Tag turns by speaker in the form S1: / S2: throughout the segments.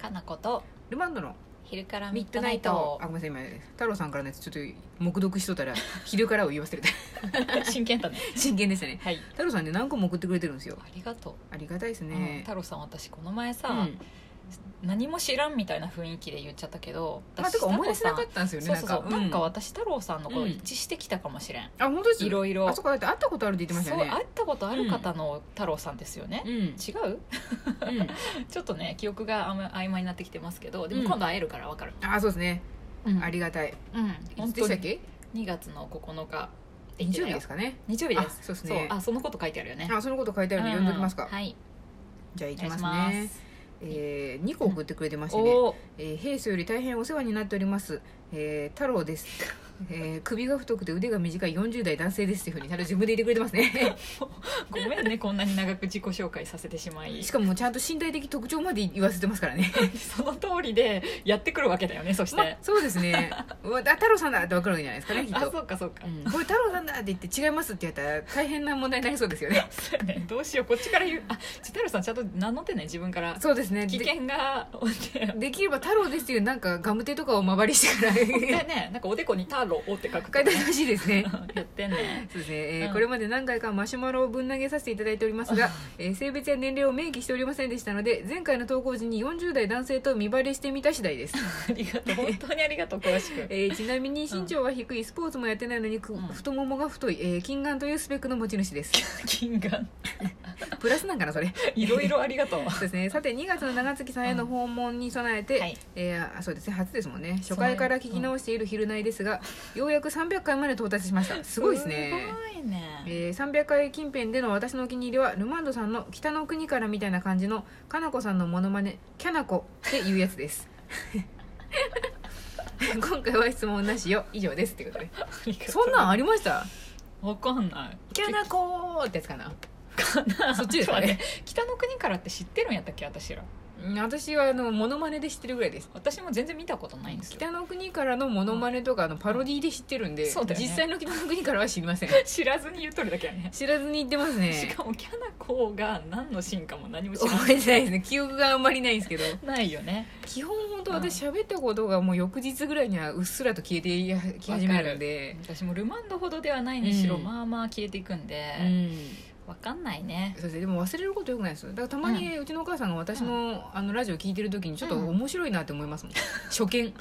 S1: かなこと
S2: ルマンドの
S1: 昼からミ
S2: ミ
S1: ッ
S2: ッド
S1: ドナ
S2: ナイ
S1: イ
S2: ト
S1: ト
S2: あごめんなさい今太郎さんからのやつちょっと黙読しとっ たら「昼から」を言わせてた
S1: 真剣だね
S2: 真剣でしたね
S1: はい
S2: 太郎さんね何個も送ってくれてるんですよ
S1: ありがとう、
S2: ありがたいです
S1: うん
S2: ね
S1: 太郎さん私この前さ、
S2: うん
S1: 何も知らんみたいな雰囲気で言っちゃったけど
S2: まあてか思い出せなか
S1: っ
S2: ったんですよね
S1: そうそうそうなんか
S2: う
S1: 私太郎さんのこ
S2: う
S1: と
S2: ん
S1: 一致してきたかもしれん、
S2: あ本当です
S1: いろいろ
S2: あそこだって会ったことあるって言ってまし
S1: そう
S2: たよ
S1: 会
S2: ね
S1: ったことある方の太郎さんですよね、
S2: うんうん
S1: 違う ちょっとね記憶があんま曖昧になってきてますけどでも
S2: うん
S1: 今度会えるからわかる、
S2: あそうですね
S1: うん
S2: ありがたい
S1: うん
S2: い
S1: 本
S2: つで
S1: 当
S2: したっ
S1: に
S2: け
S1: 2月の9日
S2: 日曜日ですかね
S1: 日曜日で
S2: あ
S1: す
S2: そうです
S1: そう
S2: ね
S1: あそのこと書いてあるよね
S2: あそのこと書いてあるんで読んどきますか
S1: うんはい
S2: じゃあい
S1: お
S2: き
S1: 願い
S2: ま
S1: し
S2: す
S1: ま
S2: ね
S1: す
S2: えー2個送ってくれてましてね
S1: おー
S2: えー平素より大変お世話になっております、えー太郎です、えー首が太くて腕が短い40代男性ですっていうふうに太郎自分で言ってくれてますね
S1: ごめんねこんなに長く自己紹介させてしまい
S2: しかもちゃんと身体的特徴まで言わせてますからね
S1: その通りでやってくるわけだよねそし
S2: ま
S1: て、
S2: そうですねうわあ太郎さんだって分かるんじゃないですかねきっ
S1: あ
S2: と
S1: そうかそうか、
S2: うんこれ太郎さんだって言って違いますってやったら大変な問題になりそうですよね
S1: そうやねどうしようこっちから言うあちょ太郎さんちゃんと名乗ってね自分から
S2: そうですね
S1: 危
S2: で
S1: 険がね
S2: できれば太郎ですっていうなんかガムテとかをまばりしてから 書
S1: ねなんかおでこに「太郎」って書く
S2: いてほしいですね
S1: やってんね
S2: そうですね、えー
S1: うん
S2: これまで何回かマシュマロをぶん投げさせていただいておりますが、えー性別や年齢を明記しておりませんでしたので前回の投稿時に40代男性と見バレしてみた次第 です、
S1: ありがとう本当にありがとう詳しく
S2: えーちなみに身長は低いスポーツもやってないのにく、
S1: うん
S2: 太ももが太い、えー、金眼というスペックの持ち主 です
S1: 金眼
S2: プラスなんかなそれ
S1: いろいろありがとう
S2: そうですねさて2月の長月さんへの訪問に備えて、
S1: はい
S2: えーあそうですね初ですもんね初回から聞き直している「昼内」ですが、ようやく300回まで到達しましたすごいですね
S1: すごいね
S2: えー300回近辺での私のお気に入りはルマンドさんの「北の国から」みたいな感じのかなこさんのモノマネ「キャナコ」っていうやつです 今回は質問なしよ以上ですってことでそんなんありました
S1: わかんない
S2: 「キャナコ」ってやつかなそっちです
S1: ちょ
S2: か
S1: っと待っ
S2: ね
S1: て北の国からって知ってるんやったっけ私ら
S2: うん私はあのモノマネで知ってるぐらいです
S1: 私も全然見たことないんですよ
S2: 北の国からのモノマネとかあのパロディで知ってるんで、
S1: そうだよね
S2: 実際の北の国からは知りません
S1: 知らずに言っとるだけやね
S2: 知らずに言ってます
S1: し
S2: ね
S1: かもキャナコが何のシーンかも何も知ら
S2: 覚えてないですね記憶があんまりないんですけど
S1: ないよね
S2: 基本本当私喋ったことがもう翌日ぐらいにはうっすらと消えていやき始めるんで
S1: 私もルマンドほどではないにしろ、
S2: うん
S1: まあまあ消えていくんで、
S2: うん
S1: わかんない ね
S2: そうですねでも忘れることよくないですよだからたまにうちのお母さんが私のあのラジオ聞いてる時にちょっと
S1: うん
S2: 面白いなって思いますも ん初見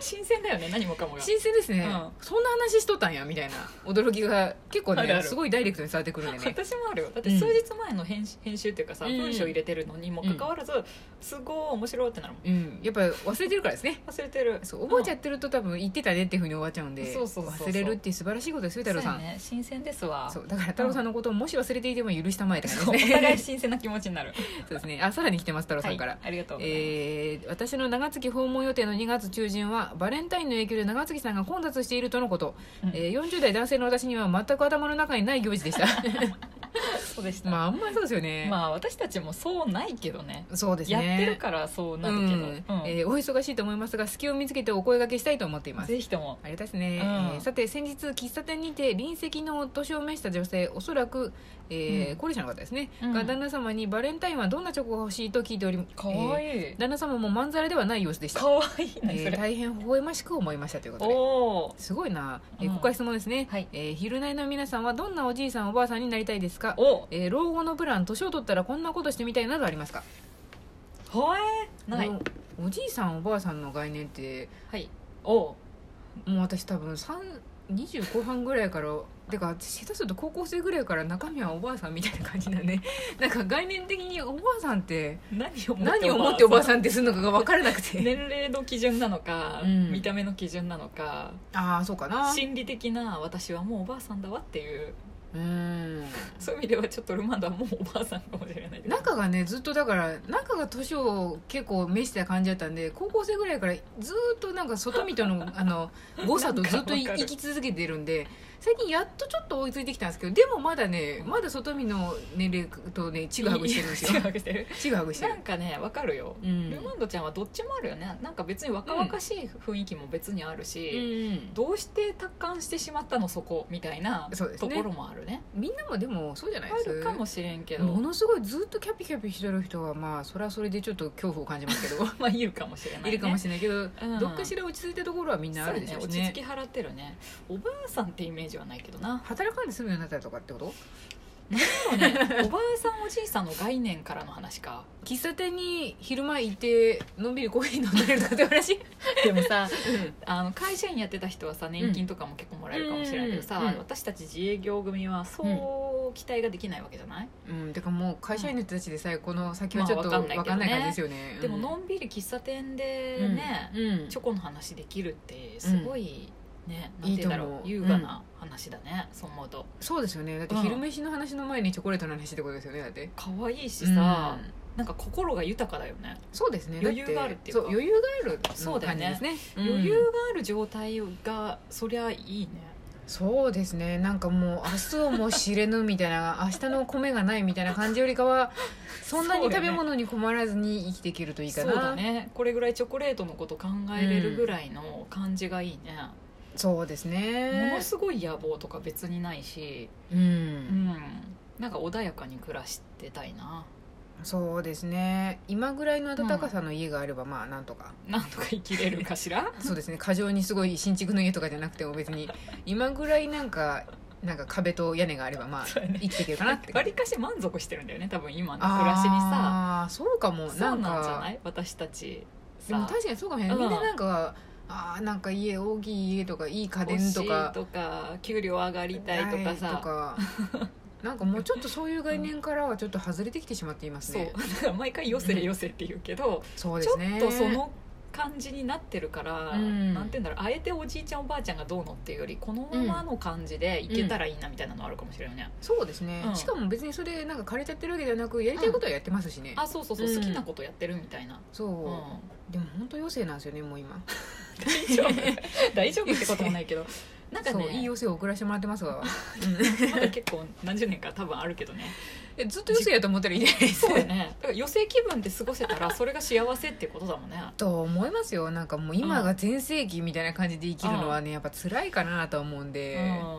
S1: 新鮮だよね何もかもが
S2: 新鮮ですね
S1: うん
S2: そんな話しとったんやみたいな驚きが結構
S1: あるあ
S2: ね
S1: る
S2: すごいダイレクトに伝わってくるんでね
S1: 私もあるよだって数日前の編集編集っていうかさ、
S2: うん
S1: 文章入れてるのにもかかわらず、すごい面白いってなるもん
S2: うんやっぱ忘れてるからですね
S1: 忘れてる
S2: そう覚えちゃ
S1: っ
S2: ってると多分言ってたねっていうふうに終わっちゃうんで
S1: そうそうそうそう
S2: 忘れるって素晴らしいことですよ太郎さん
S1: ね、新鮮ですわ
S2: そうだから太郎さんのことをもし忘れていても許したまえって
S1: そう
S2: 感
S1: お
S2: じです
S1: 互い
S2: ね
S1: 新鮮な気持ちになる
S2: そうですねあさらに来てます太郎さんから、
S1: はい、ありがとうございます、
S2: えー私の長月訪問予定の2月中旬はバレンタインの影響で長月さんが混雑しているとのこと、
S1: うん
S2: えー40代男性の私には全く頭の中にない行事でした
S1: そうでした、
S2: ま
S1: ま
S2: ああんまりそうですよね、
S1: あ、私たちもそうないけどね
S2: そうです
S1: や
S2: ね
S1: ってるからそうなるけど、
S2: うん
S1: うん
S2: えーお忙しいと思いますが隙を見つけてお声掛けしたいと思っています
S1: ぜひとも
S2: ありがたいですね、
S1: うん
S2: えーさて先日喫茶店にて隣席のお年を召した女性おそらく、えー
S1: うん
S2: 高齢者の方ですね、
S1: うん
S2: が旦那様にバレンタインはどんなチョコが欲しいと聞いており
S1: かわい
S2: え
S1: い、
S2: ー旦那様もまんざらではない様子でした
S1: かわいいねそ
S2: えー
S1: れ、
S2: 大変微笑ましく思いましたということで
S1: おお
S2: すごいな、えー
S1: うん
S2: ここから質問ですね
S1: はい
S2: えー昼内の皆さんはどんなおじいさんおばあさんになりたいですか
S1: お
S2: えー老後のプラン年を取ったらこんなことしてみたいなどありますか
S1: ほえーない
S2: あのおじいさんおばあさんの概念って
S1: はいお
S2: もう私多分3 20後半ぐらいからてか私下手すると高校生ぐらいから中身はおばあさんみたいな感じだね なんか概念的におばあさんって
S1: 何を
S2: 何をもっておばあ
S1: ん
S2: さんってするのかが分からなくて
S1: 年齢の基準なのか、
S2: うん
S1: 見た目の基準なのか
S2: ああそうかな
S1: 心理的な私はもうおばあさんだわっていう
S2: うん
S1: そういう意味ではちょっとルマンドはもうおばあさんかもしれないけど
S2: 中がねずっとだから中が年を結構召してた感じだったんで高校生ぐらいからずっとなんか外見と のあの誤差とずっとい
S1: なんかわか
S2: 生
S1: る
S2: き続けてるんで最近やっとちょっと追いついてきたんですけどでもまだねまだ外見の年齢とねちぐはぐしてるんです
S1: ちぐ
S2: よ
S1: はぐしてる
S2: ちぐはぐして
S1: な
S2: る
S1: んかねわかるよ、
S2: うん
S1: ルマンドちゃんはどっちもあるよねなんか別に若々しい雰囲気も別にある
S2: う
S1: し、
S2: ん
S1: どうして達観してしまったのそこみたいな
S2: そうです
S1: と
S2: ね
S1: ころもある、るね
S2: みんなもでもそうじゃない
S1: あ
S2: です
S1: るかもしれんけど
S2: ものすごいずっとキャピキャピしてる人はまあそれはそれでちょっと恐怖を感じま すけど、
S1: まあいるかもしれない、ね、
S2: いるかもしれないけど、
S1: うん
S2: どっかしら落ち着いたところはみんなあるでしょう
S1: そう
S2: し
S1: ね落
S2: ね
S1: ち着き払ってるねおばあさんってイメージはないけどな
S2: 働かんで済むようになったりとかってこと
S1: でも ねおばあさんおじいさんの概念からの話か
S2: 喫茶店に昼間行ってのんびりコーヒー飲んでるとかって話、
S1: でもさあの会社員やってた人はさ年金とかも結構もらえるかもしれないけどさ、
S2: うんうん
S1: 私たち自営業組はそう期待ができないわけじゃない、
S2: うん、てかもう会社員の人たちでさえこの先はちょっと
S1: まあ
S2: 分
S1: わ
S2: か
S1: かん
S2: ん
S1: な
S2: ないい
S1: けどね
S2: 感じですよね、
S1: でものんびり喫茶店で
S2: うん
S1: ね、
S2: うん
S1: チョコの話できるってすごいね、
S2: うん
S1: なんて言うんだろう
S2: いいと思う
S1: 優雅な話だね、そう思うと
S2: そうですよねだって昼飯の話の前にチョコレートの話ってことですよねだって
S1: 可愛いしさ、なんか心が豊かだよね、
S2: そうですね
S1: 余裕があるっていうか
S2: そう余裕がある
S1: そうだよ
S2: 感
S1: ね
S2: じですね
S1: 余裕
S2: う
S1: が
S2: ん
S1: ある状態がそりゃいいね
S2: そうですねなんかもう明日をも知れぬみたいな 明日の米がないみたいな感じよりかはそんなに
S1: そうよね
S2: 食べ物に困らずに生きていけるといいかな
S1: そうだねこれぐらいチョコレートのこと考えれるぐらいの感じがいいね、
S2: そうですね
S1: ものすごい野望とか別にないし、
S2: う、
S1: うんん、なんか穏やかに暮らしてたいな
S2: そうですね今ぐらいの暖かさの家があればまあなんとか、
S1: なんとか生きれるかし ら
S2: そうで すね過剰にすごい新築の家とかじゃなくても別に今ぐらいなんかなんか壁と屋根があればまあ
S1: そうやね
S2: 生きていけるかなって
S1: わりかし満足してるんだよね多分今の暮らしにさ
S2: あーそうかも
S1: そう
S2: な
S1: なんんじ
S2: か
S1: ゃない私たち
S2: でも
S1: さ
S2: 確かにそうかもしれない、
S1: うん
S2: みんななんかあーなんか家大きい家とかいい家
S1: 欲
S2: 電
S1: し
S2: と
S1: い
S2: か
S1: とか給料上がりたいとか
S2: ない
S1: さ
S2: とか なんかもうちょっとそういう概念からはちょっと外れてきてしまっています
S1: そう
S2: ね
S1: だから 毎回「よせよせ」って言うけど、
S2: そう
S1: ち
S2: です
S1: ょ
S2: ね
S1: っとその感じになってるから、
S2: うん
S1: なんて言うんだろうあえておじいちゃんおばあちゃんがどうのっていうよりこのままの感じでいけたらいいなみたいなのあるかもしれないよね、
S2: そうですね、
S1: うん
S2: しかも別にそれなんか枯れちゃってるわけではなくやりたいことはやってますしね、
S1: あそうそうそう、
S2: うん
S1: 好きなことやってるみたいな、
S2: そう、
S1: うん
S2: でも本当妖精なんですよねもう今
S1: 大丈夫大丈夫 ってこともないけどなんか
S2: そう
S1: ね
S2: いい妖精を送らせてもらってま すわ
S1: まだ結構何十年か多分あるけどね
S2: えずっと妖精やと思ったらいいじゃないです
S1: そう
S2: か
S1: だねだから余生気分で過ごせたらそれが幸せってことだもんね
S2: と思いますよなんかもう今が全盛期みたいな感じで生きるのはねやっぱ辛いかなとは思うんで、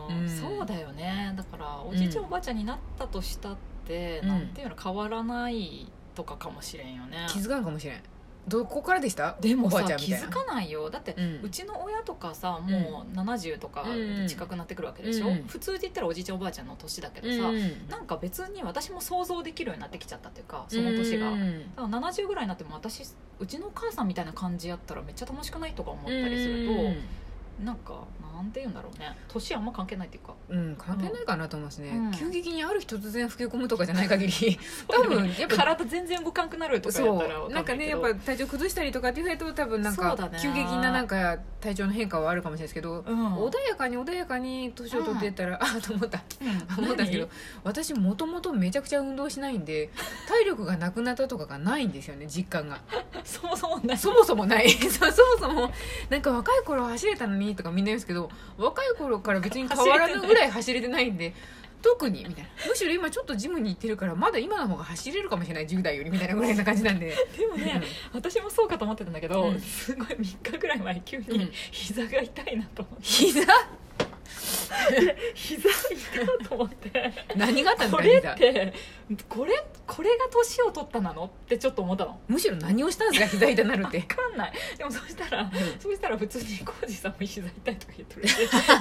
S1: うん、そう
S2: よ
S1: だよねだからおじいちゃんおばあちゃんになったとしたって、
S2: うん
S1: なんていうの変わらないとかかもしれんよね
S2: 気づかんかもしれんどこからでした
S1: でも
S2: おば
S1: さ
S2: あちゃんみ
S1: 気
S2: たい
S1: づ
S2: な
S1: かないよだって、
S2: うん
S1: うちの親とかさもう70とか近くなってくるわけでしょ、
S2: うん
S1: 普通で言ったらおじいちゃんおばあちゃんの年だけど
S2: うん
S1: さ、
S2: うん
S1: なんか別に私も想像できるようになってきちゃったっていうかその年が、
S2: うん
S1: だから70ぐらいになっても私うちのお母さんみたいな感じやったらめっちゃ楽しくないとか思ったりすると、なんかなんて言うんだろうね年あんま関係ないっていうか
S2: うん関係ないかなと思いますね、
S1: うん
S2: 急激にある日突然吹き込むとかじゃない限り多分やっぱ
S1: 体全然動かんくなるとかやったら
S2: そ
S1: わか
S2: うなん
S1: んな
S2: か
S1: い
S2: ね
S1: け
S2: やっ
S1: ど
S2: ぱ体調崩したりとかっていう人は多分なん
S1: そ
S2: か
S1: うだね
S2: 急激ななんか体調の変化はあるかもしれないですけど、
S1: うん
S2: 穏やかに穏やかに年を取ってったら、あと思った
S1: うん
S2: 思ったんですけど私もともとめちゃくちゃ運動しないんで体力がなくなったとかがないんですよね実感が
S1: 何 そもそもない
S2: そもそも ないそうそもそもなんか若い頃走れたのにとかみんな言うんですけど若い頃から別に変わらぬぐらい走れてないんで特にみたいなむしろ今ちょっとジムに行ってるからまだ今の方が走れるかもしれない10代よりみたいなぐらいな感じなんで、
S1: でもね私もそうかと思ってたんだけど、
S2: うん
S1: すごい3日ぐらい前急
S2: う
S1: に
S2: ん
S1: 膝が痛いなと 思って、
S2: 膝
S1: 膝痛いと思って
S2: 何があったんで
S1: こ
S2: すか
S1: れ
S2: 膝
S1: ってこれこれが年を取ったなのってちょっと思ったの
S2: むしろ何をしたんですか膝痛なる って
S1: 分かんないでもそしたら、
S2: ん
S1: そしたら普通に浩二さんも膝痛いとか言ってる し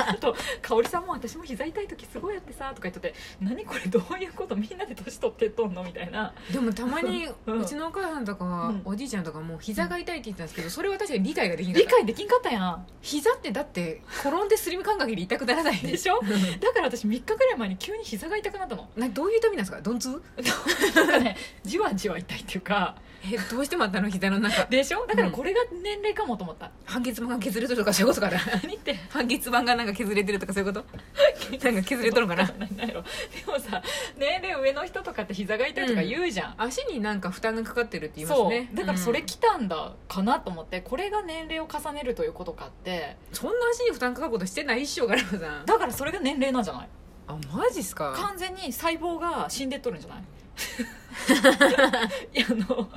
S1: あと香織さんも私も膝痛い時すごいやってさとか言ってて何これどういうことみんなで年取ってっとんのみたいな
S2: でもたまに
S1: うん
S2: うちのお母さんとかは、
S1: うん
S2: おじいちゃんとかも膝が痛いって言ってたんですけどそれは確かに理解ができなかっ
S1: 理
S2: た
S1: 解できんかったやん
S2: 膝ってだって転んですりむかん限り痛くならないん
S1: で
S2: で
S1: しょだから私3日ぐらい前に急に膝が痛くなったの
S2: などういう痛みなんですか鈍痛
S1: なんかねじわじわ痛いっていうか
S2: えどうしてもあったの膝の中
S1: でしょだからこれが年齢かもと思った、
S2: 半月板が削れてるとかそういうこと かな
S1: 何って
S2: 半月板がなんか削れてるとかそう いうことなんか削れとるかな
S1: 何だろうでもさ年齢上の人とかって膝が痛いとか言うじゃん、
S2: 足になんか負担がかかってるって言います
S1: そう
S2: ね
S1: だからそれ
S2: うん
S1: 来たんだかなと思って、これが年齢を重ねるということかって
S2: そんな足に負担かかることしてないっしょガラムさん
S1: だからそれが年齢なんじゃない
S2: あマジっすか
S1: 完全に細胞が死んでっとるんじゃ ないいやあの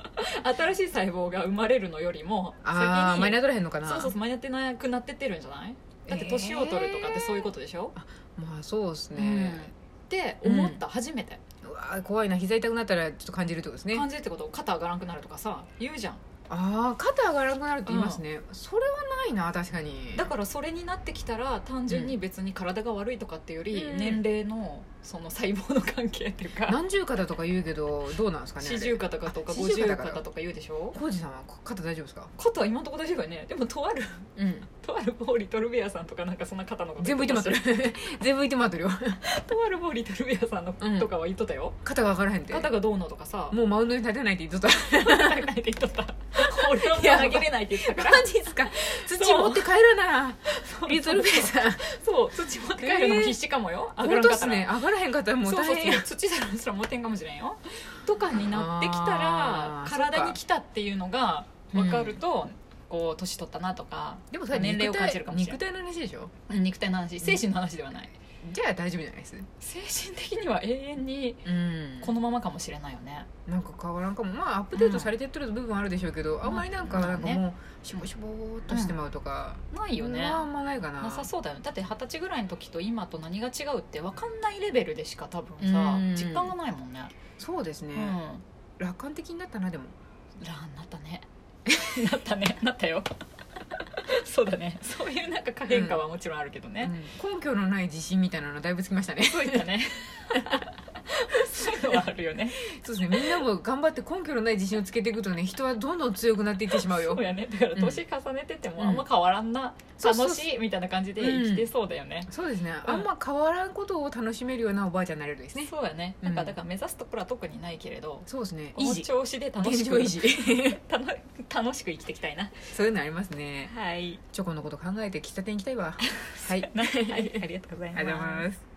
S1: 新しい細胞が生まれるのよりも
S2: あー間に
S1: に
S2: 合っとらへんのかな
S1: そうそうそう間に合ってなくなってってるんじゃないだって年を取るとかってそういうことでしょ、
S2: まあそうですね、
S1: て思った、初めて
S2: うわー怖いな膝痛くなったらちょっと感じるってことですね
S1: 感じるってこと肩上がらなくなるとかさ言うじゃん
S2: ああ肩上がらなくなるって言いますね、それはないな確かに
S1: だからそれになってきたら単純に別に体が悪いとかっていうより、
S2: うん
S1: 年齢のその細胞の関係っていうか
S2: 何十肩とか言うけどどうなんですかねあれ
S1: 四十肩かとか
S2: あ
S1: 五
S2: 40
S1: 十
S2: 肩
S1: 肩
S2: か
S1: とか言うでしょ
S2: 浩二さんは肩大丈夫ですか
S1: 肩は今のところ大丈夫よねでもとある
S2: うん
S1: とあるボーリトルベアさんとかなんかそんな肩のこと
S2: 全部いて
S1: 言
S2: ま
S1: っ
S2: す
S1: た
S2: よ
S1: し
S2: 全部いてまってるよ
S1: とあるボーリトルベアさんの、
S2: うん
S1: とかは言っとったよ
S2: 肩が上がらへんって
S1: 肩がどうのとかさ
S2: もうマウンドに立てないって言っとった
S1: うないって言っとった俺の投げれないって言ってたから
S2: マジですか 土持って帰るな
S1: そう
S2: リトルベイさん
S1: そう土持って帰るのも必死かもよ、上が
S2: 本
S1: らん
S2: 当
S1: か
S2: っ
S1: った
S2: す
S1: ら
S2: ね上がらへんかったらもう
S1: そうそ
S2: 大
S1: う
S2: 変
S1: そ
S2: や
S1: う土だらすら持てんかもしれんよとかになってきたら
S2: あー
S1: 体に来たっていうのが分かると、こう年取ったなとか
S2: でもさ
S1: 年齢を
S2: 肉体
S1: 感じるかもしれ
S2: 肉体の話でしょ
S1: ない肉体の話精神の話ではない、
S2: じゃあ大丈夫じゃないです
S1: 精神的には永遠に
S2: うん
S1: このままかもしれないよね
S2: なんか変わらんかもまあアップデートされてってる部分あるでしょうけど、あんまりなんか
S1: まあ
S2: なんか
S1: ね
S2: もうしょぼしょぼーっとしてまうとか、
S1: ないよね、
S2: まああんまないかな
S1: なさそうだよねだって二十歳ぐらいの時と今と何が違うって分かんないレベルでしか多分さ
S2: うん
S1: 実感がないもんね、
S2: そうですね、
S1: うん
S2: 楽観的になったなでも
S1: ランなったね なったねなったよ そうだねそういうなんか可変化はもちろんあるけどね、
S2: うん根拠のない自信みたいなのだいぶつきましたね
S1: そういったねそういうのはあるよね
S2: そうですねみんなも頑張って根拠のない自信をつけていくとね人はどんどん強くなっていってしまう
S1: そ
S2: よ
S1: うやねだから年重ねててもあんま変わらんな、
S2: そうそう
S1: 楽しいみたいな感じで生きてそうだよね、
S2: そうですね、
S1: うん
S2: あんま変わらんことを楽しめるようなおばあちゃんになれるですね
S1: そうやね
S2: うん
S1: なんかだから目指すところは特にないけれど、
S2: そうですね
S1: こ
S2: 維
S1: の
S2: 持
S1: 調子で楽
S2: 現
S1: し
S2: 状
S1: く
S2: 維持
S1: 楽 楽しく生きていきたいな
S2: そういうのありますね
S1: はい
S2: チョコのこと考えて喫茶店行きたいわはい
S1: はい、ありがとうござい
S2: ありがとうござい
S1: ま
S2: ますす